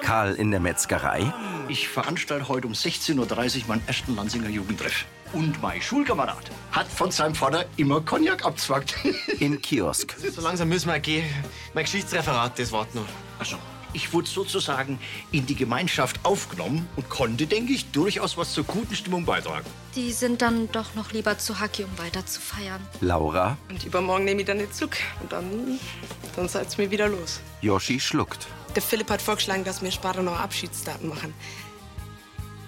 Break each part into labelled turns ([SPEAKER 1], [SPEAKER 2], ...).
[SPEAKER 1] Lokal in der Metzgerei?
[SPEAKER 2] Ich veranstalte heute um 16.30 Uhr meinen ersten Lansinger Jugendtreff. Und mein Schulkamerad hat von seinem Vater immer Cognac abzwackt.
[SPEAKER 1] In Kiosk.
[SPEAKER 3] Also, So langsam müssen wir gehen. Mein Geschichtsreferat, das wartet noch.
[SPEAKER 2] Also, ich wurde sozusagen in die Gemeinschaft aufgenommen und konnte, denke ich, durchaus was zur guten Stimmung beitragen.
[SPEAKER 4] Die sind dann doch noch lieber zu Hacki, um weiter zu feiern.
[SPEAKER 1] Laura?
[SPEAKER 5] Und übermorgen nehme ich dann den Zug und dann, dann seid's mir wieder los.
[SPEAKER 1] Yoshi schluckt.
[SPEAKER 5] Der Philipp hat vorgeschlagen, dass wir später noch Abschiedsdaten machen.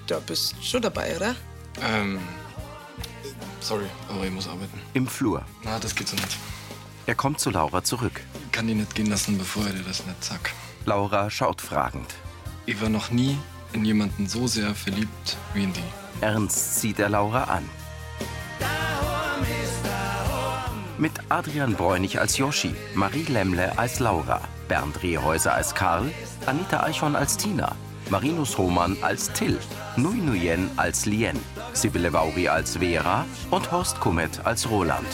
[SPEAKER 5] Da bist schon dabei, oder?
[SPEAKER 3] Ähm, sorry, aber ich muss arbeiten.
[SPEAKER 1] Im Flur.
[SPEAKER 3] Na, das geht so nicht.
[SPEAKER 1] Er kommt zu Laura zurück.
[SPEAKER 3] Ich kann die nicht gehen lassen, bevor ich dir das nicht sag.
[SPEAKER 1] Laura schaut fragend.
[SPEAKER 3] Ich war noch nie in jemanden so sehr verliebt wie in die.
[SPEAKER 1] Ernst sieht er Laura an. Mit Adrian Bräunig als Yoshi, Marie Lemmle als Laura, Bernd Rehäuser als Karl, Anita Eichhorn als Tina, Marinus Hohmann als Till, Nui Nuyen als Lien, Sibylle Vauri als Vera und Horst Kummet als Roland.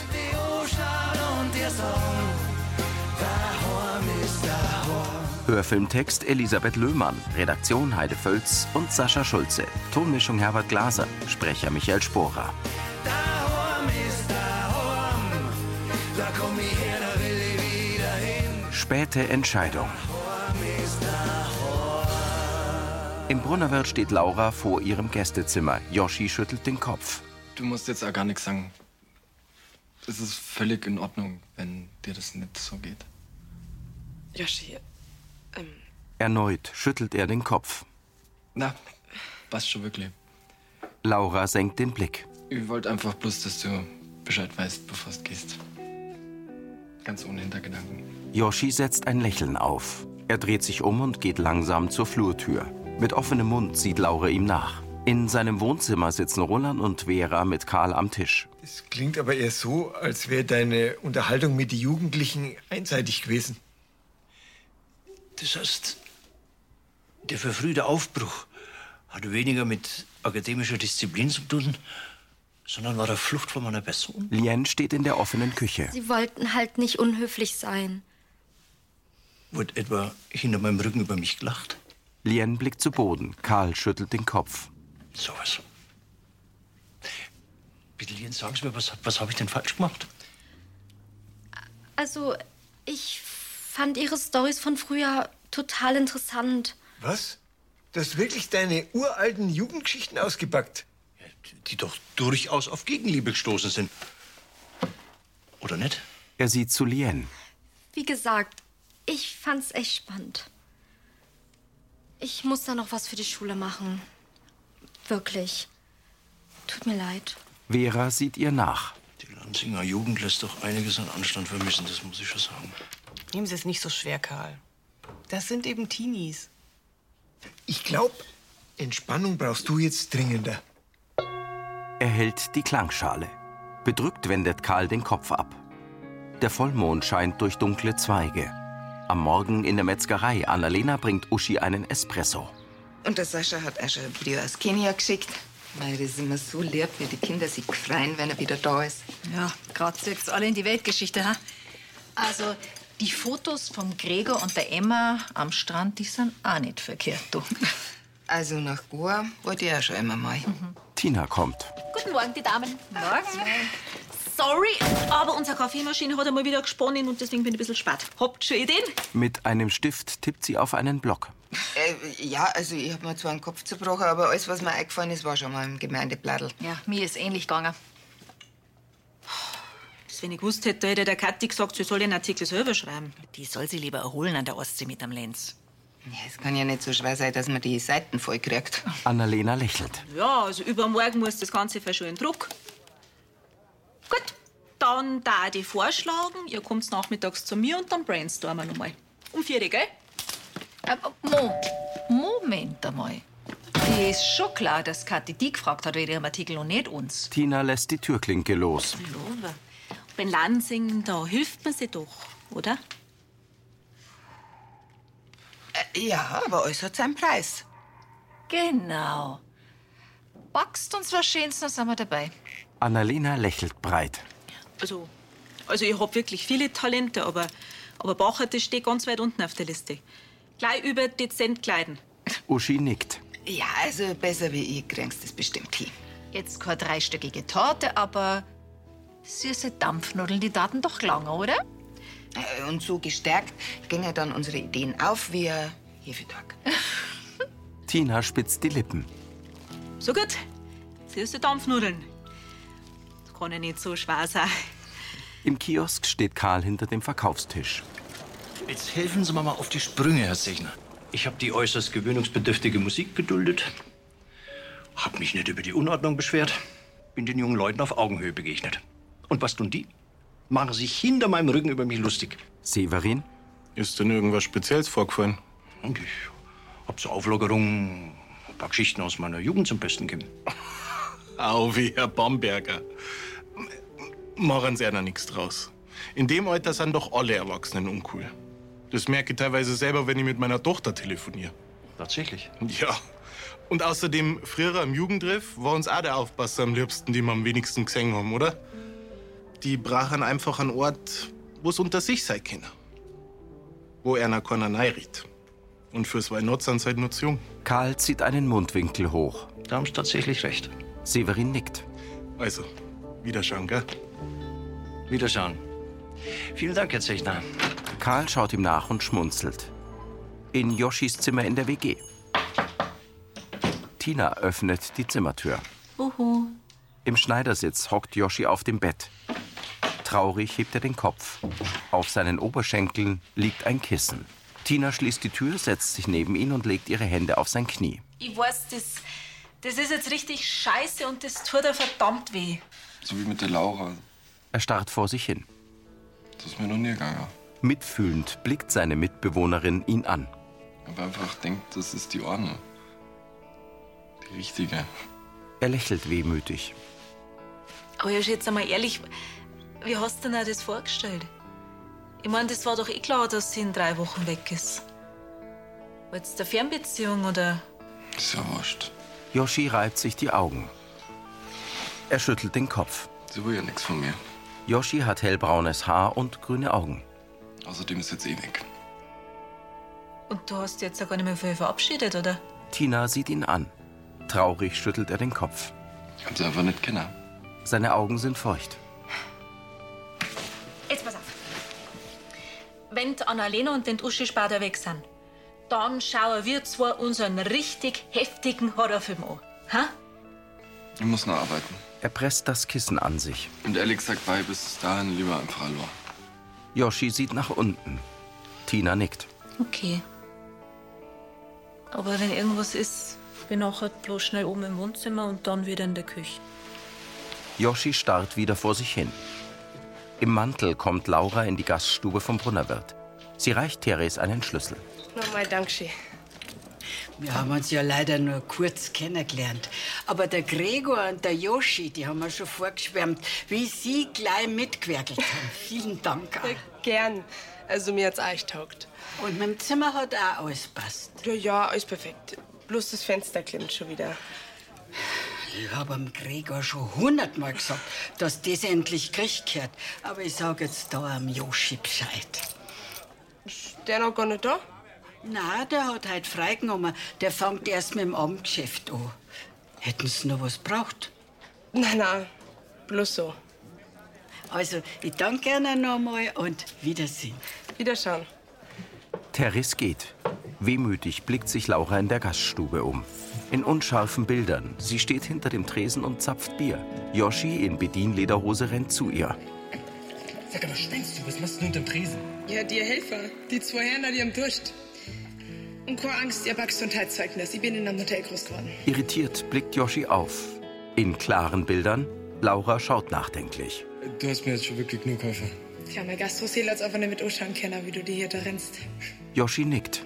[SPEAKER 1] Hörfilmtext Elisabeth Löhmann, Redaktion Heide Völz und Sascha Schulze, Tonmischung Herbert Glaser, Sprecher Michael Sporer. Späte Entscheidung. Im Brunnerwirt steht Laura vor ihrem Gästezimmer. Yoshi schüttelt den Kopf.
[SPEAKER 3] Du musst jetzt auch gar nichts sagen. Es ist völlig in Ordnung, wenn dir das nicht so geht.
[SPEAKER 5] Yoshi, ähm,
[SPEAKER 1] Erneut schüttelt er den Kopf.
[SPEAKER 3] Na, passt schon wirklich.
[SPEAKER 1] Laura senkt den Blick.
[SPEAKER 3] Ich wollte einfach bloß, dass du Bescheid weißt, bevor du gehst. Ganz ohne Hintergedanken.
[SPEAKER 1] Yoshi setzt ein Lächeln auf. Er dreht sich um und geht langsam zur Flurtür. Mit offenem Mund sieht Laura ihm nach. In seinem Wohnzimmer sitzen Roland und Vera mit Karl am Tisch.
[SPEAKER 6] Es klingt aber eher so, als wäre deine Unterhaltung mit den Jugendlichen einseitig gewesen.
[SPEAKER 2] Das heißt, der verfrühte Aufbruch hatte weniger mit akademischer Disziplin zu tun, sondern war eine Flucht von meiner Person.
[SPEAKER 1] Lien steht in der offenen Küche.
[SPEAKER 4] Sie wollten halt nicht unhöflich sein.
[SPEAKER 2] Wurde etwa hinter meinem Rücken über mich gelacht?
[SPEAKER 1] Lien blickt zu Boden. Karl schüttelt den Kopf.
[SPEAKER 2] Sowas. Bitte, Lien, sagen Sie mir, was, was habe ich denn falsch gemacht?
[SPEAKER 4] Also, ich fand ihre Stories von früher total interessant.
[SPEAKER 6] Was? Du hast wirklich deine uralten Jugendgeschichten ausgepackt.
[SPEAKER 2] Die doch durchaus auf Gegenliebe gestoßen sind. Oder nicht?
[SPEAKER 1] Er sieht zu Lien.
[SPEAKER 4] Wie gesagt, ich fand's echt spannend. Ich muss da noch was für die Schule machen. Wirklich. Tut mir leid.
[SPEAKER 1] Vera sieht ihr nach.
[SPEAKER 2] Die Lanzinger Jugend lässt doch einiges an Anstand vermissen, das muss ich schon sagen.
[SPEAKER 7] Nehmen Sie es nicht so schwer, Karl. Das sind eben Teenies.
[SPEAKER 6] Ich glaube, Entspannung brauchst du jetzt dringender.
[SPEAKER 1] Er hält die Klangschale. Bedrückt wendet Karl den Kopf ab. Der Vollmond scheint durch dunkle Zweige. Am Morgen in der Metzgerei. Annalena bringt Uschi einen Espresso.
[SPEAKER 8] Und der Sascha hat auch schon ein Video aus Kenia geschickt. Weil das ist immer so lieb, wie die Kinder sich freuen, wenn er wieder da ist.
[SPEAKER 9] Ja, gerade jetzt alle in die Weltgeschichte. Ha? Also, die Fotos vom Gregor und der Emma am Strand, die sind auch nicht verkehrt. Du.
[SPEAKER 8] Also nach Goa wollte ich auch schon immer mal.
[SPEAKER 9] Mhm.
[SPEAKER 1] Tina kommt.
[SPEAKER 10] Guten Morgen, die Damen. Morgen. Sorry, aber unsere Kaffeemaschine hat einmal wieder gesponnen und deswegen bin ich ein bisschen spät. Habt ihr schon Ideen?
[SPEAKER 1] Mit einem Stift tippt sie auf einen Block.
[SPEAKER 8] Äh, ja, also ich hab mir zwar einen Kopf zerbrochen, aber alles, was mir eingefallen ist, war schon mal im Gemeindeblattl.
[SPEAKER 9] Ja, mir ist ähnlich gegangen.
[SPEAKER 10] Wenn ich gewusst hätte, hätte der Kathi gesagt, sie soll den Artikel selber schreiben.
[SPEAKER 7] Die soll sie lieber erholen an der Ostsee mit am Lenz.
[SPEAKER 8] Ja, es kann ja nicht so schwer sein, dass man die Seiten voll kriegt.
[SPEAKER 1] Annalena lächelt.
[SPEAKER 10] Ja, also übermorgen muss das Ganze für schon in Druck. Gut, dann da die vorschlagen, ihr kommt nachmittags zu mir und dann brainstormen wir nochmal. Um vier, gell?
[SPEAKER 9] Äh, Mo, Moment einmal. Dir ist schon klar, dass Kathi die gefragt hat wegen ihrem Artikel und nicht uns.
[SPEAKER 1] Tina lässt die Türklinke los.
[SPEAKER 10] Lobe. Bei Lansing, da hilft man sie doch, oder?
[SPEAKER 8] Äh, ja, aber alles hat seinen Preis.
[SPEAKER 9] Genau. Backst uns was Schönes, dann sind wir dabei.
[SPEAKER 1] Annalena lächelt breit.
[SPEAKER 10] Also, also ich hab wirklich viele Talente, aber, aber Bachert das steht ganz weit unten auf der Liste. Gleich über dezent kleiden.
[SPEAKER 1] Uschi nickt.
[SPEAKER 8] Ja, also besser wie ich kriegst das bestimmt hin.
[SPEAKER 9] Jetzt keine dreistöckige Torte, aber süße Dampfnudeln, die daten doch lange, oder?
[SPEAKER 8] Äh, Und so gestärkt gingen dann unsere Ideen auf wie ein Hefeteig.
[SPEAKER 1] Tina spitzt die Lippen.
[SPEAKER 10] So gut. Zuerst die Dampfnudeln. Das kann ja nicht so schwer sein.
[SPEAKER 1] Im Kiosk steht Karl hinter dem Verkaufstisch.
[SPEAKER 2] Jetzt helfen Sie mir mal auf die Sprünge, Herr Sechner. Ich habe die äußerst gewöhnungsbedürftige Musik geduldet, habe mich nicht über die Unordnung beschwert, bin den jungen Leuten auf Augenhöhe begegnet. Und was tun die? Machen sich hinter meinem Rücken über mich lustig.
[SPEAKER 1] Severin?
[SPEAKER 11] Ist denn irgendwas Spezielles vorgefallen?
[SPEAKER 2] Und ich hab zur Auflockerung ein paar Geschichten aus meiner Jugend zum Besten gegeben.
[SPEAKER 11] Au, wie Herr Bamberger. Machen Sie ja noch nichts draus. In dem Alter sind doch alle Erwachsenen uncool. Das merke ich teilweise selber, wenn ich mit meiner Tochter telefoniere.
[SPEAKER 2] Tatsächlich?
[SPEAKER 11] Ja. Und außerdem, früher am Jugendtreff war uns auch der Aufpasser am liebsten, die wir am wenigsten gesehen haben, oder? Die brachen einfach einen Ort, wo es unter sich sein kann. Wo einer keiner neirit. Und fürs Weihnachtsein seid nur zu jung.
[SPEAKER 1] Karl zieht einen Mundwinkel hoch.
[SPEAKER 2] Da haben Sie tatsächlich recht.
[SPEAKER 1] Severin nickt.
[SPEAKER 11] Also, wiederschauen, gell?
[SPEAKER 2] Wiederschauen. Vielen Dank, Herr Zechner.
[SPEAKER 1] Karl schaut ihm nach und schmunzelt. In Joschis Zimmer in der WG. Tina öffnet die Zimmertür.
[SPEAKER 10] Uhu.
[SPEAKER 1] Im Schneidersitz hockt Joschi auf dem Bett. Traurig hebt er den Kopf. Auf seinen Oberschenkeln liegt ein Kissen. Tina schließt die Tür, setzt sich neben ihn und legt ihre Hände auf sein Knie.
[SPEAKER 10] Ich weiß, das, das ist jetzt richtig scheiße und das tut dir verdammt weh.
[SPEAKER 3] So wie mit der Laura.
[SPEAKER 1] Er starrt vor sich hin.
[SPEAKER 3] Das ist mir noch nie gegangen.
[SPEAKER 1] Mitfühlend blickt seine Mitbewohnerin ihn an.
[SPEAKER 3] Aber einfach denkt, das ist die Ordnung. Die richtige.
[SPEAKER 1] Er lächelt wehmütig.
[SPEAKER 10] Aber Josch, jetzt einmal ehrlich, wie hast du dir das vorgestellt? Ich meine, das war doch eh klar, dass sie in drei Wochen weg ist. War jetzt eine Fernbeziehung oder?
[SPEAKER 3] Ist ja wurscht.
[SPEAKER 1] Joschi reibt sich die Augen. Er schüttelt den Kopf.
[SPEAKER 3] Sie will ja nichts von mir.
[SPEAKER 1] Joschi hat hellbraunes Haar und grüne Augen.
[SPEAKER 3] Außerdem ist jetzt eh weg.
[SPEAKER 10] Und du hast jetzt ja gar nicht mehr von ihr verabschiedet, oder?
[SPEAKER 1] Tina sieht ihn an. Traurig schüttelt er den Kopf.
[SPEAKER 3] Ich hab sie einfach nicht kennen.
[SPEAKER 1] Seine Augen sind feucht.
[SPEAKER 10] Jetzt pass auf. Wenn die Annalena und den Uschi Spader weg sind, dann schauen wir zwei unseren richtig heftigen Horrorfilm an. Ha?
[SPEAKER 3] Ich muss noch arbeiten.
[SPEAKER 1] Er presst das Kissen an sich.
[SPEAKER 3] Und ehrlich gesagt, bei bis dahin lieber einfach allein.
[SPEAKER 1] Yoshi sieht nach unten. Tina nickt.
[SPEAKER 10] Okay. Aber wenn irgendwas ist, bin auch halt bloß schnell oben im Wohnzimmer und dann wieder in der Küche.
[SPEAKER 1] Yoshi starrt wieder vor sich hin. Im Mantel kommt Laura in die Gaststube vom Brunnerwirt. Sie reicht Therese einen Schlüssel.
[SPEAKER 5] Nochmal Dankeschön.
[SPEAKER 12] Wir haben uns ja leider nur kurz kennengelernt. Aber der Gregor und der Yoshi, die haben mir schon vorgeschwärmt, wie sie gleich mitgewerkelt haben. Vielen Dank auch.
[SPEAKER 5] Gern. Also mir hat's eigentlich taugt.
[SPEAKER 12] Und mit dem Zimmer hat auch alles passt.
[SPEAKER 5] Ja, ja, alles perfekt. Bloß das Fenster klemmt schon wieder.
[SPEAKER 12] Ich habe dem Gregor schon hundertmal gesagt, dass das endlich Krieg gehört. Aber ich sage jetzt da am Yoshi Bescheid.
[SPEAKER 5] Ist der noch gar nicht da?
[SPEAKER 12] Na, der hat halt freigenommen. Der fängt erst mit dem Abendgeschäft an. Hätten Sie noch was braucht?
[SPEAKER 5] Nein, nein. Bloß so.
[SPEAKER 12] Also, ich danke Ihnen nochmal und Wiedersehen.
[SPEAKER 5] Wiederschauen.
[SPEAKER 1] Therese geht. Wehmütig blickt sich Laura in der Gaststube um. In unscharfen Bildern. Sie steht hinter dem Tresen und zapft Bier. Yoshi in Bedienlederhose rennt zu ihr.
[SPEAKER 13] Sag mal, spinnst du? Was machst du unter dem Tresen?
[SPEAKER 5] Ja, dir Helfer. Die zwei Herren, da, die haben Durst. Und keine Angst, ihr habt Gesundheitszeugnis. Ich bin in einem Hotel groß geworden.
[SPEAKER 1] Irritiert blickt Yoshi auf. In klaren Bildern. Laura schaut nachdenklich.
[SPEAKER 3] Du hast mir jetzt schon wirklich genug geholfen.
[SPEAKER 5] Tja, mein Gastroseele hat's einfach nicht mit Oschan kennen, wie du die hier da rennst.
[SPEAKER 1] Yoshi nickt.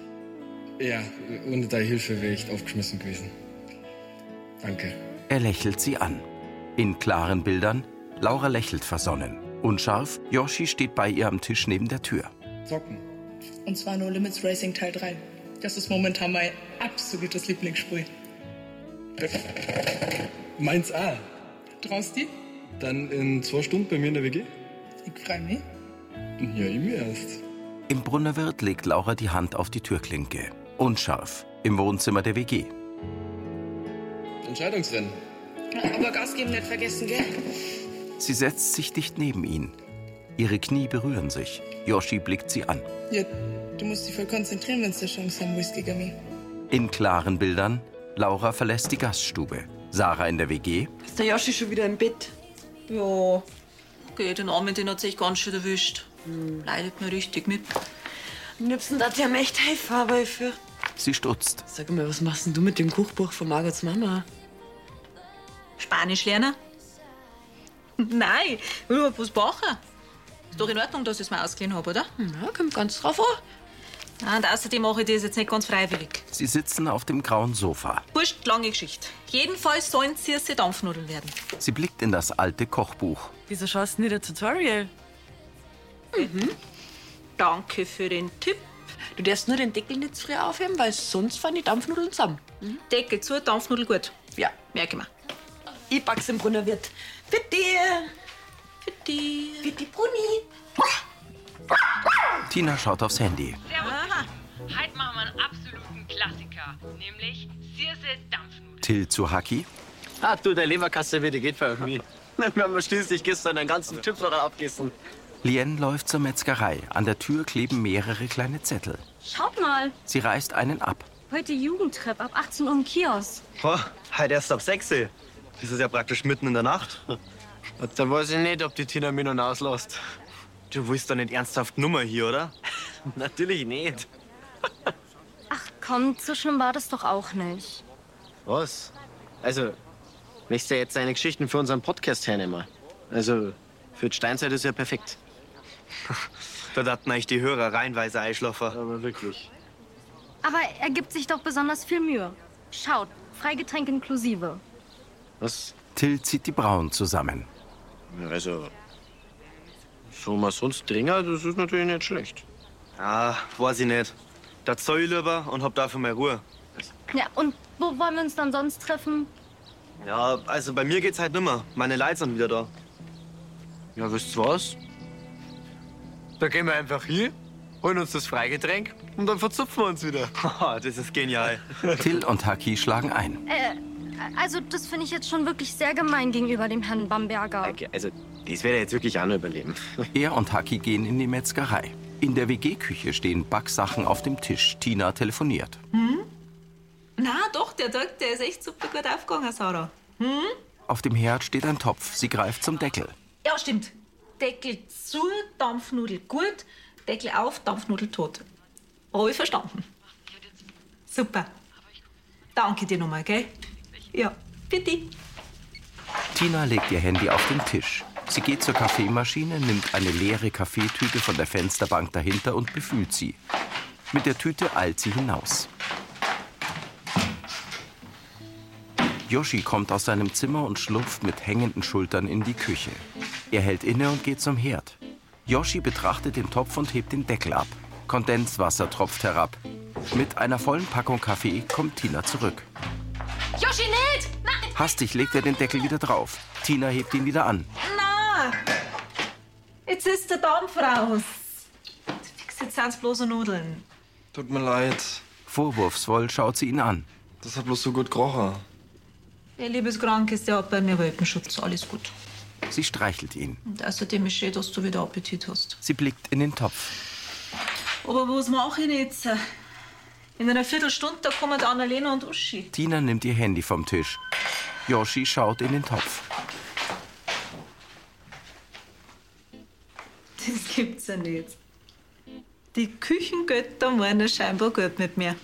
[SPEAKER 3] Ja, ohne deine Hilfe wäre ich aufgeschmissen gewesen. Danke.
[SPEAKER 1] Er lächelt sie an. In klaren Bildern. Laura lächelt versonnen. Unscharf. Yoshi steht bei ihr am Tisch neben der Tür.
[SPEAKER 3] Zocken.
[SPEAKER 13] Und zwar No Limits Racing Teil 3. Das ist momentan mein absolutes Lieblingsspiel.
[SPEAKER 3] Meins auch.
[SPEAKER 13] Traust die?
[SPEAKER 3] Dann in zwei Stunden bei mir in der WG?
[SPEAKER 13] Ich freue mich.
[SPEAKER 3] Ja, ich mir erst.
[SPEAKER 1] Im Brunnerwirt legt Laura die Hand auf die Türklinke. Unscharf. Im Wohnzimmer der WG.
[SPEAKER 14] Entscheidungsrennen.
[SPEAKER 5] Aber Gas geben nicht vergessen, gell?
[SPEAKER 1] Sie setzt sich dicht neben ihn. Ihre Knie berühren sich. Yoshi blickt sie an.
[SPEAKER 5] Ja, du musst dich voll konzentrieren, wenn du eine Chance haben willst gegen mich.
[SPEAKER 1] In klaren Bildern, Laura verlässt die Gaststube. Sarah in der WG,
[SPEAKER 15] Ist der Joschi schon wieder im Bett?
[SPEAKER 10] Ja, okay, den Armin, den hat sich ganz schön erwischt. Leidet mir richtig mit.
[SPEAKER 15] Am liebsten darf Hm. ich ihm echt helfen, aber ich fürchte.
[SPEAKER 1] sie stutzt.
[SPEAKER 15] Sag mal, was machst denn du mit dem Kochbuch von Margots Mama?
[SPEAKER 10] Spanisch lernen? Nein, ich will aber was brauchen. Ist doch in Ordnung, dass ich es mir ausgeliehen habe, oder? Ja, kommt ganz drauf an. Ja, Und außerdem mache ich das jetzt nicht ganz freiwillig.
[SPEAKER 1] Sie sitzen auf dem grauen Sofa.
[SPEAKER 10] Wurscht, lange Geschichte. Jedenfalls sollen Circe Dampfnudeln werden.
[SPEAKER 1] Sie blickt in das alte Kochbuch.
[SPEAKER 15] Wieso schaust du nicht ein Tutorial? Mhm.
[SPEAKER 10] Danke für den Tipp.
[SPEAKER 15] Du darfst nur den Deckel nicht zu früh aufheben, weil sonst fallen die Dampfnudeln zusammen.
[SPEAKER 10] Mhm. Deckel zu, Dampfnudel gut.
[SPEAKER 15] Ja,
[SPEAKER 10] merke ich mir.
[SPEAKER 15] Ich back's im Brunner Wirt. Für dich! Für dich! Für die Bruni!
[SPEAKER 1] Tina schaut aufs Handy.
[SPEAKER 16] Servus. Heute machen wir einen absoluten Klassiker, nämlich Circe Dampf.
[SPEAKER 1] Till zu Haki.
[SPEAKER 17] Ah, du, der Leberkasse bitte geht bei mir. Wir haben schließlich gestern einen ganzen Tüpferer abgessen.
[SPEAKER 1] Lien läuft zur Metzgerei. An der Tür kleben mehrere kleine Zettel.
[SPEAKER 18] Schaut mal,
[SPEAKER 1] Sie reißt einen ab.
[SPEAKER 18] heute Jugendtrip ab 18 Uhr im Kiosk.
[SPEAKER 17] Oh, heute erst ab 6 Uhr. Das ist ja praktisch mitten in der Nacht. Da weiß ich nicht, ob die Tina mich noch auslässt. Du willst doch nicht ernsthaft Nummer hier, oder? Natürlich nicht.
[SPEAKER 18] Komm, so schlimm war das doch auch nicht.
[SPEAKER 17] Was? Also, willst du jetzt deine Geschichten für unseren Podcast hernehmen? Also, für die Steinzeit ist ja perfekt. da dachten eigentlich die Hörer reinweise Eischlaffer. Aber wirklich.
[SPEAKER 18] Aber er gibt sich doch besonders viel Mühe. Schaut, Freigetränk inklusive.
[SPEAKER 17] Was?
[SPEAKER 1] Till zieht die Brauen zusammen.
[SPEAKER 17] Also, so mal sonst Dringer, das ist natürlich nicht schlecht. Ah, weiß ich nicht. Da zahl ich lieber und hab dafür meine Ruhe.
[SPEAKER 18] Ja, und wo wollen wir uns dann sonst treffen?
[SPEAKER 17] Ja, also bei mir geht's halt nimmer. Meine Leute sind wieder da. Ja, wisst ihr was?
[SPEAKER 3] Da gehen wir einfach hier, holen uns das Freigetränk und dann verzupfen wir uns wieder.
[SPEAKER 17] das ist genial.
[SPEAKER 1] Till und Haki schlagen ein.
[SPEAKER 18] Äh, also das finde ich jetzt schon wirklich sehr gemein gegenüber dem Herrn Bamberger.
[SPEAKER 17] Also, das werde jetzt wirklich auch noch überleben.
[SPEAKER 1] Er und Haki gehen in die Metzgerei. In der WG-Küche stehen Backsachen auf dem Tisch. Tina telefoniert.
[SPEAKER 10] Hm? Na, doch, der Tag, der ist echt super gut aufgegangen, Sarah. Hm?
[SPEAKER 1] Auf dem Herd steht ein Topf. Sie greift zum Deckel.
[SPEAKER 10] Ja, stimmt. Deckel zu, Dampfnudel gut, Deckel auf, Dampfnudel tot. Habe ich verstanden. Super. Danke dir nochmal, gell? Ja, bitte.
[SPEAKER 1] Tina legt ihr Handy auf den Tisch. Sie geht zur Kaffeemaschine, nimmt eine leere Kaffeetüte von der Fensterbank dahinter und befüllt sie. Mit der Tüte eilt sie hinaus. Yoshi kommt aus seinem Zimmer und schlurft mit hängenden Schultern in die Küche. Er hält inne und geht zum Herd. Yoshi betrachtet den Topf und hebt den Deckel ab. Kondenswasser tropft herab. Mit einer vollen Packung Kaffee kommt Tina zurück.
[SPEAKER 10] Joshi, nicht! Nein!
[SPEAKER 1] Hastig legt er den Deckel wieder drauf. Tina hebt ihn wieder an.
[SPEAKER 10] Na! Jetzt ist der Dampf raus. Fix, jetzt sind's bloße Nudeln.
[SPEAKER 1] Tut mir leid. Vorwurfsvoll schaut sie ihn an. Das hat bloß so gut gerochen.
[SPEAKER 10] Der Liebeskrank ist der hat bei mir Welpenschutz. Alles gut.
[SPEAKER 1] Sie streichelt ihn.
[SPEAKER 10] Und außerdem ist schön, dass du wieder Appetit hast.
[SPEAKER 1] Sie blickt in den Topf.
[SPEAKER 10] Aber was mache ich denn jetzt? In einer Viertelstunde da kommen die Annalena und Uschi.
[SPEAKER 1] Tina nimmt ihr Handy vom Tisch. Yoshi schaut in den Topf.
[SPEAKER 10] Das gibt's ja nicht. Die Küchengötter meinen scheinbar gut mit mir.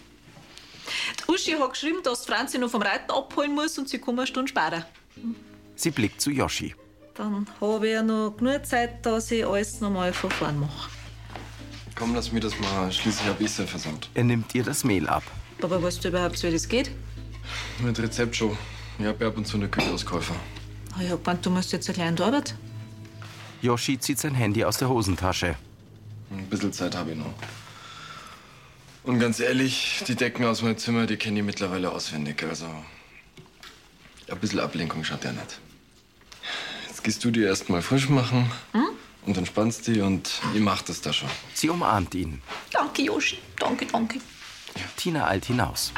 [SPEAKER 10] Die Uschi hat geschrieben, dass die Franzi noch vom Reiten abholen muss und sie kommt eine Stunde sparen.
[SPEAKER 1] Sie blickt zu Yoshi.
[SPEAKER 10] Dann habe ich ja noch genug Zeit, dass ich alles nochmal von vorn mache.
[SPEAKER 3] Komm, lass mir das mal. Schließlich hab ich's ja versaut.
[SPEAKER 1] Er nimmt ihr das Mehl ab.
[SPEAKER 10] Aber weißt du überhaupt, wie das geht?
[SPEAKER 3] Mit Rezept schon. Ich hab ja ab und zu eine Kühlauskäufer.
[SPEAKER 10] Ah, Ich hab gemeint, du musst jetzt eine kleine Arbeit.
[SPEAKER 1] Yoshi zieht sein Handy aus der Hosentasche.
[SPEAKER 3] Ein bisschen Zeit habe ich noch. Und ganz ehrlich, die Decken aus meinem Zimmer, die kenne ich mittlerweile auswendig. Also, ein bisschen Ablenkung schadet ja nicht. Jetzt gehst du dir erstmal frisch machen und entspannst dich und ich mach das da schon.
[SPEAKER 1] Sie umarmt ihn.
[SPEAKER 10] Danke, Joshi. Danke, danke.
[SPEAKER 1] Tina eilt hinaus.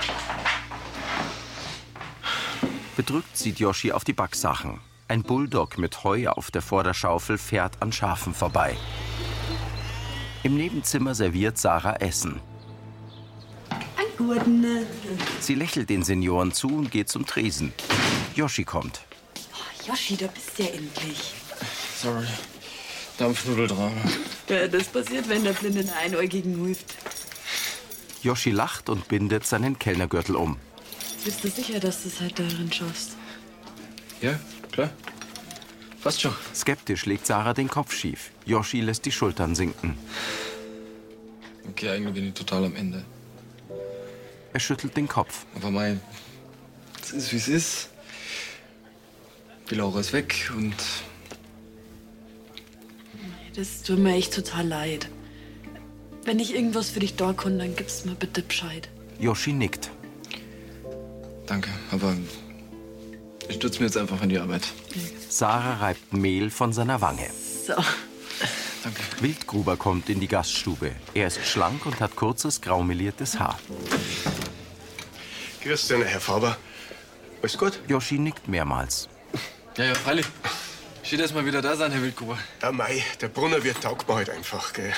[SPEAKER 1] Bedrückt sieht Yoshi auf die Backsachen. Ein Bulldog mit Heu auf der Vorderschaufel fährt an Schafen vorbei. Im Nebenzimmer serviert Sarah Essen.
[SPEAKER 15] Einen guten.
[SPEAKER 1] Sie lächelt den Senioren zu und geht zum Tresen. Yoshi kommt.
[SPEAKER 15] Ah, Yoshi, da bist du ja endlich.
[SPEAKER 3] Sorry. Dampfnudeldrama.
[SPEAKER 15] Ja, das passiert, wenn der Blinde einen Einäugigen hilft.
[SPEAKER 1] Yoshi lacht und bindet seinen Kellnergürtel um.
[SPEAKER 15] Bist du sicher, dass du es halt darin schaffst?
[SPEAKER 3] Ja, klar. Passt schon.
[SPEAKER 1] Skeptisch legt Sarah den Kopf schief. Yoshi lässt die Schultern sinken.
[SPEAKER 3] Okay, eigentlich bin ich total am Ende.
[SPEAKER 1] Er schüttelt den Kopf.
[SPEAKER 3] Aber mein, es ist wie es ist. Die Laura ist weg und
[SPEAKER 15] Das tut mir echt total leid. Wenn ich irgendwas für dich da kann, dann gibst mir bitte Bescheid.
[SPEAKER 1] Yoshi nickt.
[SPEAKER 3] danke. Aber ich stütze mir jetzt einfach an die Arbeit.
[SPEAKER 1] Sarah reibt Mehl von seiner Wange.
[SPEAKER 15] So.
[SPEAKER 1] Wildgruber kommt in die Gaststube. Er ist schlank und hat kurzes, graumeliertes Haar.
[SPEAKER 19] Grüß dich, Herr Faber. Alles gut?
[SPEAKER 1] Yoshi nickt mehrmals.
[SPEAKER 3] Ja, ja, freilich. Steht erst mal wieder da sein, Herr Wildgruber.
[SPEAKER 19] Ja, Mai, der Brunner wird taugbar halt einfach, gell?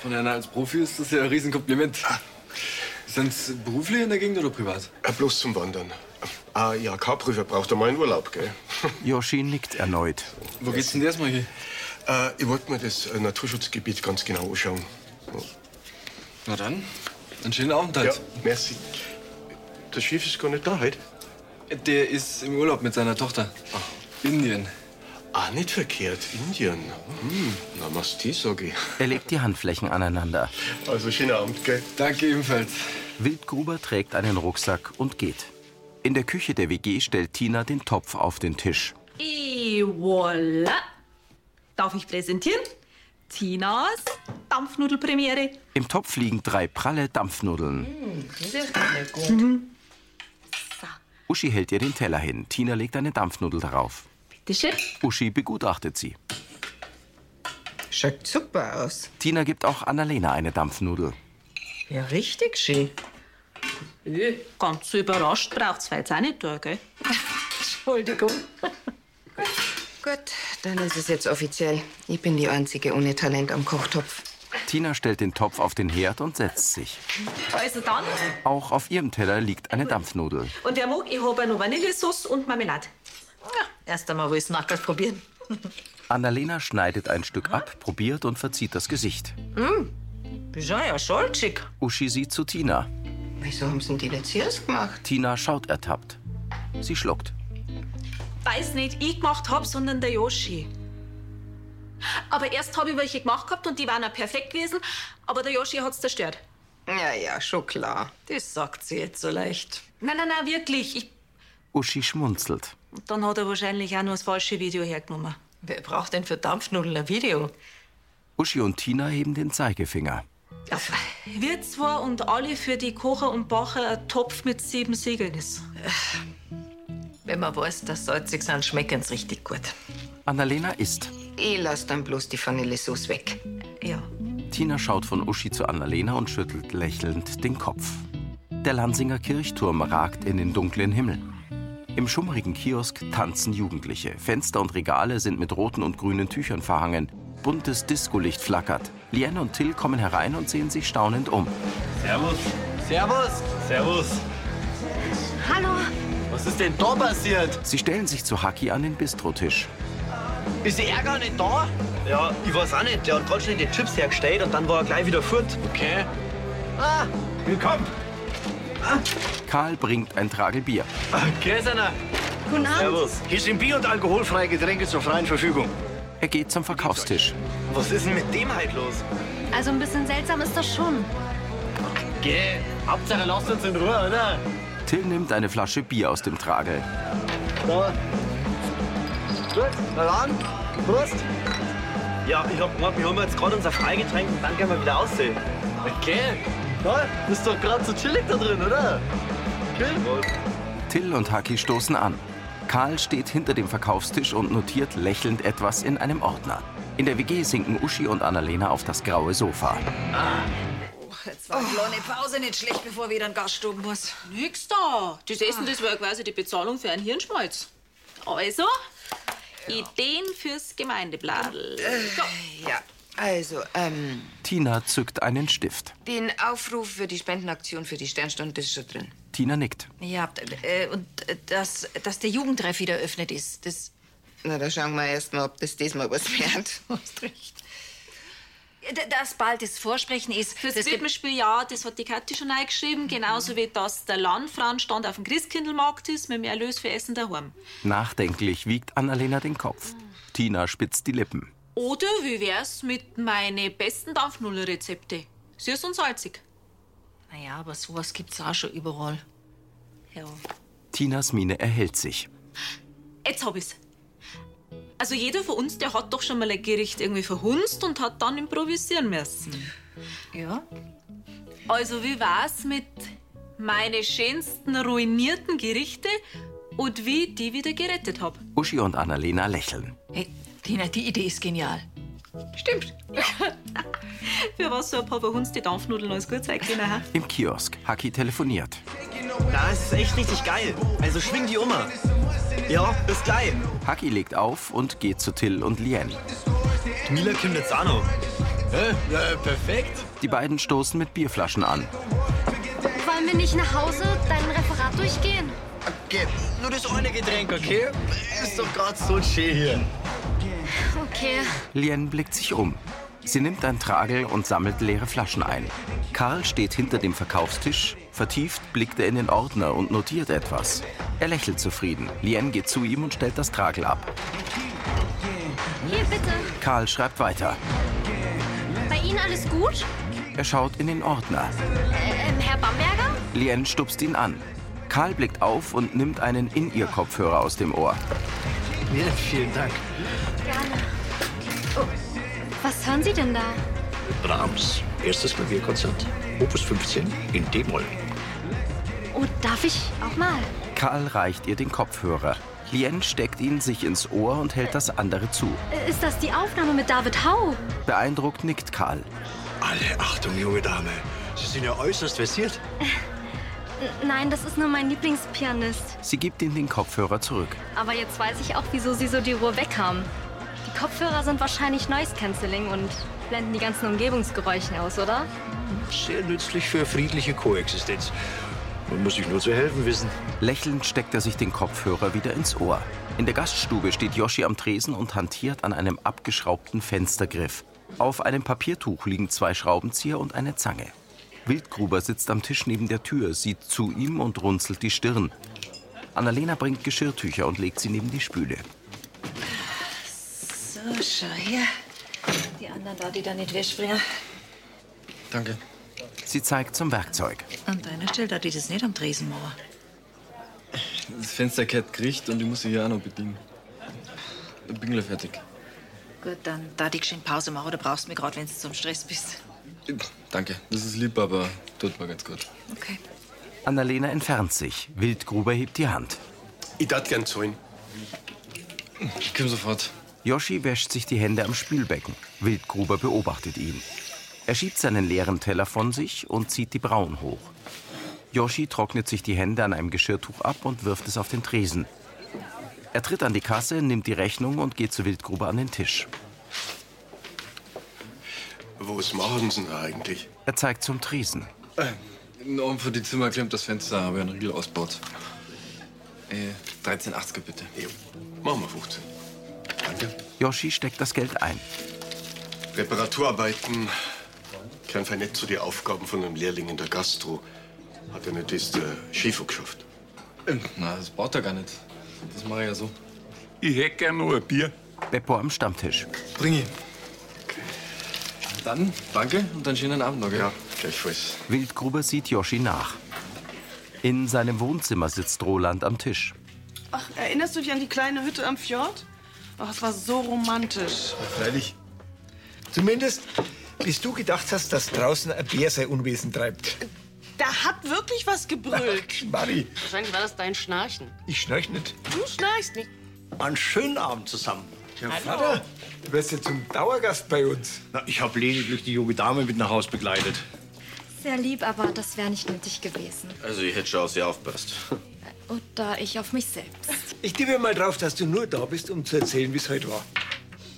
[SPEAKER 3] Von einer als Profi ist das ja ein Riesenkompliment.
[SPEAKER 19] Ah.
[SPEAKER 3] Sind Sie beruflich in der Gegend oder privat?
[SPEAKER 19] Äh, bloß zum Wandern. Ah, ja, K-Prüfer braucht einmal einen Urlaub, gell?
[SPEAKER 1] Yoshi nickt erneut.
[SPEAKER 3] Wo geht's denn erstmal hier?
[SPEAKER 19] Äh, ich wollte mir das äh, Naturschutzgebiet ganz genau anschauen.
[SPEAKER 3] Na dann, einen schönen Aufenthalt.
[SPEAKER 19] Ja, merci. Der Chef ist gar nicht da heute.
[SPEAKER 3] Der ist im Urlaub mit seiner Tochter. Indien.
[SPEAKER 19] Ah, nicht verkehrt, Indien. Hm, Namaste, sag ich.
[SPEAKER 1] Er legt die Handflächen aneinander.
[SPEAKER 19] Also, schönen Abend, gell?
[SPEAKER 3] Danke ebenfalls.
[SPEAKER 1] Wildgruber trägt einen Rucksack und geht. In der Küche der WG stellt Tina den Topf auf den Tisch.
[SPEAKER 10] Et voilà! Darf ich präsentieren? Tinas Dampfnudelpremiere.
[SPEAKER 1] Im Topf liegen drei pralle Dampfnudeln.
[SPEAKER 10] Sehr gut.
[SPEAKER 1] Uschi hält ihr den Teller hin. Tina legt eine Dampfnudel darauf.
[SPEAKER 10] Bitte
[SPEAKER 1] Uschi begutachtet sie.
[SPEAKER 8] Schaut super aus.
[SPEAKER 1] Tina gibt auch Annalena eine Dampfnudel.
[SPEAKER 10] Ja, richtig schön. Ö, Äh, ganz so überrascht braucht's jetzt auch nicht da, gell? Entschuldigung.
[SPEAKER 8] Gut, dann ist es jetzt offiziell. Ich bin die Einzige ohne Talent am Kochtopf.
[SPEAKER 1] Tina stellt den Topf auf den Herd und setzt sich.
[SPEAKER 10] Also dann.
[SPEAKER 1] Auch auf ihrem Teller liegt eine Dampfnudel.
[SPEAKER 10] Und wer mag, ich habe ja noch Vanillesauce und Marmelade.
[SPEAKER 20] Erst einmal will ich es nachher probieren.
[SPEAKER 1] Annalena schneidet ein Stück ab, probiert und verzieht das Gesicht.
[SPEAKER 8] Hm, bist ja ja scholzig.
[SPEAKER 1] Uschi sieht zu Tina.
[SPEAKER 8] Wieso haben sie denn die nicht zuerst gemacht?
[SPEAKER 1] Tina schaut ertappt. Sie schluckt.
[SPEAKER 10] Weiß nicht, ich gemacht hab, sondern der Yoshi. Aber erst habe ich welche gemacht gehabt und die waren auch perfekt gewesen, aber der Yoshi hat's zerstört.
[SPEAKER 8] Ja, ja, schon klar. Das sagt sie jetzt so leicht.
[SPEAKER 10] Nein, nein, nein, wirklich. Ich,
[SPEAKER 1] Uschi schmunzelt.
[SPEAKER 10] und dann hat er wahrscheinlich auch noch das falsche Video hergenommen.
[SPEAKER 21] Wer braucht denn für Dampfnudeln ein Video?
[SPEAKER 1] Uschi und Tina heben den Zeigefinger.
[SPEAKER 10] Wir zwei und alle für die Kocher und Bacher ein Topf mit sieben Segeln ist.
[SPEAKER 21] Wenn man weiß, dass salzig sind, schmecken's richtig gut.
[SPEAKER 1] Annalena isst.
[SPEAKER 8] Ich lass dann bloß die Vanillesauce weg.
[SPEAKER 1] Tina schaut von Uschi zu Annalena und schüttelt lächelnd den Kopf. Der Lansinger Kirchturm ragt in den dunklen Himmel. Im schummrigen Kiosk tanzen Jugendliche. Fenster und Regale sind mit roten und grünen Tüchern verhangen. Buntes Discolicht flackert. Liane und Till kommen herein und sehen sich staunend um.
[SPEAKER 17] Servus. Servus. Servus.
[SPEAKER 18] Hallo.
[SPEAKER 17] Was ist denn da passiert?
[SPEAKER 1] Sie stellen sich zu Haki an den Bistrotisch.
[SPEAKER 17] Ist der Ärger nicht da? Ja, ich weiß auch nicht. Der hat gerade schnell die Chips hergestellt und dann war er gleich wieder fort. Okay. Ah, willkommen.
[SPEAKER 18] ah.
[SPEAKER 1] Karl bringt ein Tragel Bier.
[SPEAKER 17] Grüß einer.
[SPEAKER 18] Guten Abend.
[SPEAKER 17] Servus. Hier sind Bier und alkoholfreie Getränke zur freien Verfügung.
[SPEAKER 1] Er geht zum Verkaufstisch.
[SPEAKER 17] Was ist denn mit dem halt los?
[SPEAKER 18] Also ein bisschen seltsam ist das schon.
[SPEAKER 17] Geh, Hauptsache lasst uns in Ruhe, oder?
[SPEAKER 1] Till nimmt eine Flasche Bier aus dem Tragel.
[SPEAKER 17] Da. Gut, na dann. Prost. Ja, ich hab gemeint, wir holen jetzt gerade unser Freigetränk und dann gehen wir wieder aussehen. Okay. Na, ist doch gerade so chillig da drin, oder? Cool.
[SPEAKER 1] Till und Haki stoßen an. Karl steht hinter dem Verkaufstisch und notiert lächelnd etwas in einem Ordner. In der WG sinken Uschi und Annalena auf das graue Sofa.
[SPEAKER 17] Ah,
[SPEAKER 9] Jetzt war die lange Pause nicht schlecht, bevor ich wieder in den Gaststuben muss.
[SPEAKER 10] Oh. Nix da. Das
[SPEAKER 9] Ah.
[SPEAKER 10] Essen, das war ja quasi die Bezahlung für einen Hirnschmalz. Also, Ideen fürs Gemeindebladel.
[SPEAKER 8] Äh, ja, also, ähm,
[SPEAKER 1] Tina zückt einen Stift.
[SPEAKER 8] den Aufruf für die Spendenaktion für die Sternstunde ist schon drin.
[SPEAKER 1] Tina nickt.
[SPEAKER 9] Ja, äh, und äh, dass, dass der Jugendtreff wieder eröffnet ist, das...
[SPEAKER 8] Na, da schauen wir erst mal, ob das diesmal was wird.
[SPEAKER 9] Äh, D- Dass bald das Vorsprechen ist.
[SPEAKER 10] Fürs
[SPEAKER 9] das gibt-
[SPEAKER 10] Krippenspiel, ja, das hat die Kathi schon eingeschrieben. Genauso wie, dass der Landfrauenstand auf dem Christkindlmarkt ist, mit mehr Erlös für Essen daheim.
[SPEAKER 1] Nachdenklich wiegt Annalena den Kopf. Tina spitzt die Lippen.
[SPEAKER 10] Oder wie wär's mit meine besten Dampfnudelrezepte? Süß und salzig.
[SPEAKER 9] Naja, aber sowas gibt's auch schon überall. Ja.
[SPEAKER 1] Tinas Miene erhält sich.
[SPEAKER 10] Jetzt hab ich's. Also jeder von uns, der hat doch schon mal ein Gericht irgendwie verhunzt und hat dann improvisieren müssen.
[SPEAKER 9] Ja.
[SPEAKER 10] Also wie war's mit meine schönsten ruinierten Gerichte und wie ich die wieder gerettet hab?
[SPEAKER 1] Uschi und Annalena lächeln.
[SPEAKER 9] Hey, Tina, die Idee ist genial.
[SPEAKER 10] Stimmt. Für was so ein paar Hunds die Dampfnudeln alles gut sein können. hä?
[SPEAKER 1] Im Kiosk. Haki telefoniert.
[SPEAKER 14] Da ist es echt richtig geil. Also schwing
[SPEAKER 17] um.
[SPEAKER 14] die Oma. Ja, bis gleich.
[SPEAKER 1] Haki legt auf und geht zu Till und Lien.
[SPEAKER 14] Die Mila kommt jetzt auch noch.
[SPEAKER 1] Ja, perfekt. Die beiden stoßen mit Bierflaschen an.
[SPEAKER 18] Wollen wir nicht nach Hause dein Referat durchgehen?
[SPEAKER 14] Okay, nur das eine Getränk, okay? Ist doch gerade so schön hier.
[SPEAKER 18] Okay.
[SPEAKER 1] Lien blickt sich um. Sie nimmt ein Tragel und sammelt leere Flaschen ein. Karl steht hinter dem Verkaufstisch. Vertieft blickt er in den Ordner und notiert etwas. Er lächelt zufrieden. Lien geht zu ihm und stellt das Tragel ab.
[SPEAKER 18] Hier, bitte.
[SPEAKER 1] Karl schreibt weiter.
[SPEAKER 18] Bei Ihnen alles gut?
[SPEAKER 1] Er schaut in den Ordner.
[SPEAKER 18] Ähm, Herr Bamberger?
[SPEAKER 1] Lien stupst ihn an. Karl blickt auf und nimmt einen In-Ear-Kopfhörer aus dem Ohr.
[SPEAKER 14] Ja, vielen Dank.
[SPEAKER 18] Gerne. Oh, was hören Sie denn da?
[SPEAKER 2] Brahms, erstes Klavierkonzert, Opus 15 in D-Moll.
[SPEAKER 18] Oh, darf ich auch mal?
[SPEAKER 1] Karl reicht ihr den Kopfhörer. Lien steckt ihn sich ins Ohr und hält das andere zu.
[SPEAKER 18] Äh, Ist das die Aufnahme mit David Hau?
[SPEAKER 1] Beeindruckt nickt Karl.
[SPEAKER 2] Alle Achtung, junge Dame. Sie sind ja äußerst versiert.
[SPEAKER 18] N- Nein, das ist nur mein Lieblingspianist.
[SPEAKER 1] Sie gibt ihm den Kopfhörer zurück.
[SPEAKER 18] Aber jetzt weiß ich auch, wieso Sie so die Ruhe weg haben. Die Kopfhörer sind wahrscheinlich Noise Cancelling und blenden die ganzen Umgebungsgeräusche aus, oder?
[SPEAKER 2] Sehr nützlich für friedliche Koexistenz. Man muss sich nur zu helfen wissen.
[SPEAKER 1] Lächelnd steckt er sich den Kopfhörer wieder ins Ohr. In der Gaststube steht Yoshi am Tresen und hantiert an einem abgeschraubten Fenstergriff. Auf einem Papiertuch liegen zwei Schraubenzieher und eine Zange. Wildgruber sitzt am Tisch neben der Tür, sieht zu ihm und runzelt die Stirn. Annalena bringt Geschirrtücher und legt sie neben die Spüle.
[SPEAKER 9] So, schau her. Die anderen da, die da nicht wegspringen.
[SPEAKER 1] Danke. Sie zeigt zum Werkzeug.
[SPEAKER 9] An deiner Stelle darf ich das nicht am Tresen machen.
[SPEAKER 3] Das Fenster kehrt gericht und ich muss sie hier auch noch bedienen. Ich bin gleich fertig.
[SPEAKER 9] Gut, dann darf ich schön Pause machen oder brauchst du mich gerade, wenn du zum Stress bist.
[SPEAKER 3] Danke. Das ist lieb, aber tut mir ganz gut.
[SPEAKER 9] Okay.
[SPEAKER 1] Annalena entfernt sich. Wildgruber hebt die Hand.
[SPEAKER 3] Ich darf gern zahlen. Ich komm sofort.
[SPEAKER 1] Yoshi wäscht sich die Hände am Spülbecken. Wildgruber beobachtet ihn. Er schiebt seinen leeren Teller von sich und zieht die Brauen hoch. Yoshi trocknet sich die Hände an einem Geschirrtuch ab und wirft es auf den Tresen. Er tritt an die Kasse, nimmt die Rechnung und geht zu Wildgruber an den Tisch.
[SPEAKER 19] Was machen Sie denn eigentlich?
[SPEAKER 1] Er zeigt zum Tresen.
[SPEAKER 3] In Ordnung für die Zimmer klemmt das Fenster, habe einen Riegel ausbaut. Äh, 13,80 bitte.
[SPEAKER 19] Machen wir 15. Danke.
[SPEAKER 1] Yoshi steckt das Geld ein.
[SPEAKER 19] Reparaturarbeiten kämpfen nicht zu den Aufgaben von einem Lehrling in der Gastro. Hat er äh, nicht das der Schäfer geschafft?
[SPEAKER 3] Ähm. Na, das braucht er gar nicht. Das mache ich ja so.
[SPEAKER 19] Ich hätte gern noch ein Bier.
[SPEAKER 1] Beppo am Stammtisch.
[SPEAKER 3] Bring ihn. Dann, danke und einen schönen Abend noch, gell? Ja,
[SPEAKER 19] gleichfalls.
[SPEAKER 1] Wildgruber sieht Yoshi nach. In seinem Wohnzimmer sitzt Roland am Tisch.
[SPEAKER 22] Ach, erinnerst du dich an die kleine Hütte am Fjord? Ach, es war so romantisch.
[SPEAKER 6] Freilich. Zumindest, bis du gedacht hast, dass draußen ein Bär sein Unwesen treibt.
[SPEAKER 22] Da hat wirklich was gebrüllt.
[SPEAKER 6] Mari,
[SPEAKER 23] Wahrscheinlich war das dein Schnarchen.
[SPEAKER 6] ich schnarch nicht.
[SPEAKER 23] Du schnarchst nicht.
[SPEAKER 2] Einen schönen Abend zusammen.
[SPEAKER 6] Ja, Vater, du wirst ja zum Dauergast bei uns.
[SPEAKER 2] Na, ich habe lediglich die junge Dame mit nach Haus begleitet.
[SPEAKER 18] Sehr lieb, aber das wäre nicht nötig gewesen.
[SPEAKER 4] Also ich hätte schon auf sie aufpasst.
[SPEAKER 18] Oder ich auf mich selbst.
[SPEAKER 6] Ich tippe mal drauf, dass du nur da bist, um zu erzählen, wie es heute war.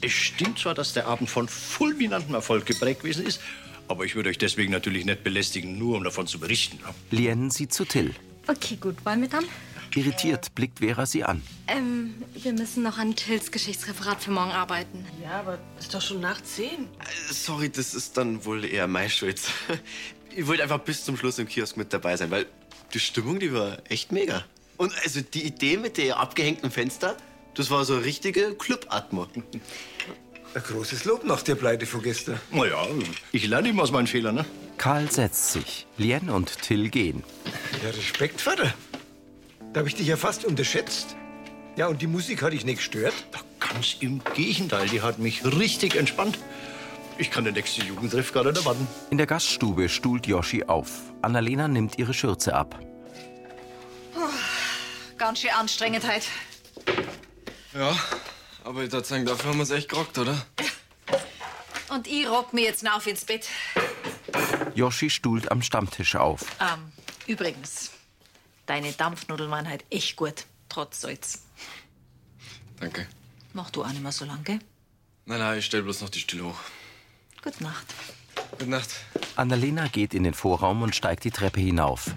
[SPEAKER 2] Es stimmt zwar, dass der Abend von fulminantem Erfolg geprägt gewesen ist, aber ich würde euch deswegen natürlich nicht belästigen, nur um davon zu berichten.
[SPEAKER 1] Lien sieht zu Till.
[SPEAKER 18] Okay, gut, wollen wir dann?
[SPEAKER 1] Irritiert blickt Vera sie an.
[SPEAKER 18] Ähm, wir müssen noch an Tills Geschichtsreferat für morgen arbeiten.
[SPEAKER 22] Ja, aber ist doch schon nach zehn.
[SPEAKER 4] Sorry, das ist dann wohl eher meine Schuld. Ich wollte einfach bis zum Schluss im Kiosk mit dabei sein, weil die Stimmung, die war echt mega. Und also die Idee mit der abgehängten Fenster, das war so eine richtige Club-Atmo.
[SPEAKER 6] Ein großes Lob nach der Pleite von gestern.
[SPEAKER 2] Naja, ich lerne immer aus meinen Fehlern, ne?
[SPEAKER 1] Karl setzt sich. Lien und Till gehen.
[SPEAKER 6] Ja, Respekt, Vater. Da habe ich dich ja fast unterschätzt. Ja, und die Musik hat dich nicht gestört?
[SPEAKER 2] Ganz im Gegenteil, die hat mich richtig entspannt. Ich kann den nächsten Jugendtreff gar nicht erwarten.
[SPEAKER 1] In der Gaststube stuhlt Yoshi auf. Annalena nimmt ihre Schürze ab.
[SPEAKER 9] Puh, ganz schön anstrengend heute.
[SPEAKER 3] Ja, aber ich würde sagen, dafür haben wir es echt gerockt, oder?
[SPEAKER 9] Und ich rock mir jetzt auf ins Bett.
[SPEAKER 1] Yoshi stuhlt am Stammtisch auf.
[SPEAKER 9] Ähm, übrigens, deine Dampfnudeln waren halt echt gut, trotz Salz.
[SPEAKER 3] Danke.
[SPEAKER 9] Mach du auch nicht mehr so lang, gell?
[SPEAKER 3] Nein, nein, ich stell bloß noch die Stille hoch.
[SPEAKER 9] Gute Nacht.
[SPEAKER 3] Gute Nacht.
[SPEAKER 1] Annalena geht in den Vorraum und steigt die Treppe hinauf.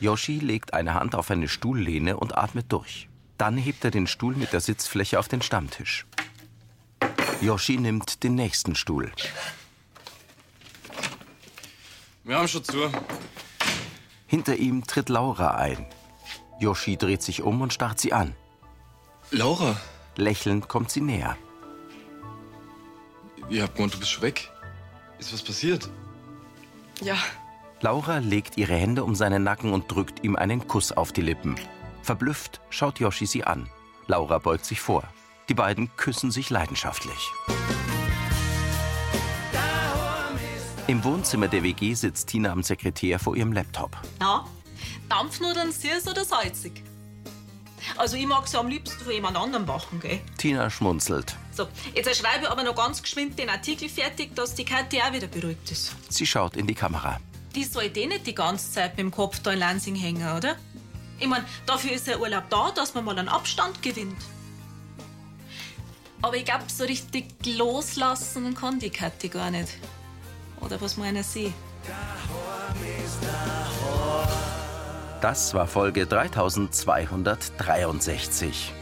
[SPEAKER 1] Yoshi legt eine Hand auf eine Stuhllehne und atmet durch. Dann hebt er den Stuhl mit der Sitzfläche auf den Stammtisch. Yoshi nimmt den nächsten Stuhl.
[SPEAKER 3] Wir haben schon zu.
[SPEAKER 1] Hinter ihm tritt Laura ein. Yoshi dreht sich um und starrt sie an.
[SPEAKER 3] Laura?
[SPEAKER 1] Lächelnd kommt sie näher.
[SPEAKER 3] Ihr habt gemeint, du bist schon weg. Ist was passiert?
[SPEAKER 22] Ja.
[SPEAKER 1] Laura legt ihre Hände um seinen Nacken und drückt ihm einen Kuss auf die Lippen. Verblüfft schaut Yoshi sie an. Laura beugt sich vor. Die beiden küssen sich leidenschaftlich. Im Wohnzimmer der WG sitzt Tina am Sekretär vor ihrem Laptop.
[SPEAKER 10] Na, Dampfnudeln süß oder salzig? Also ich mag sie am liebsten von jemand anderem machen, gell?
[SPEAKER 1] Tina schmunzelt.
[SPEAKER 10] So, jetzt schreibe ich aber noch ganz geschwind den Artikel fertig, dass die Kathi auch wieder beruhigt ist.
[SPEAKER 1] Sie schaut in die Kamera.
[SPEAKER 10] Die soll eh nicht die ganze Zeit mit dem Kopf da in Lansing hängen, oder? Ich meine, dafür ist der Urlaub da, dass man mal einen Abstand gewinnt. Aber ich glaube, so richtig loslassen kann die Kathi gar nicht. Oder was meinen Sie?
[SPEAKER 1] Das war Folge 3263.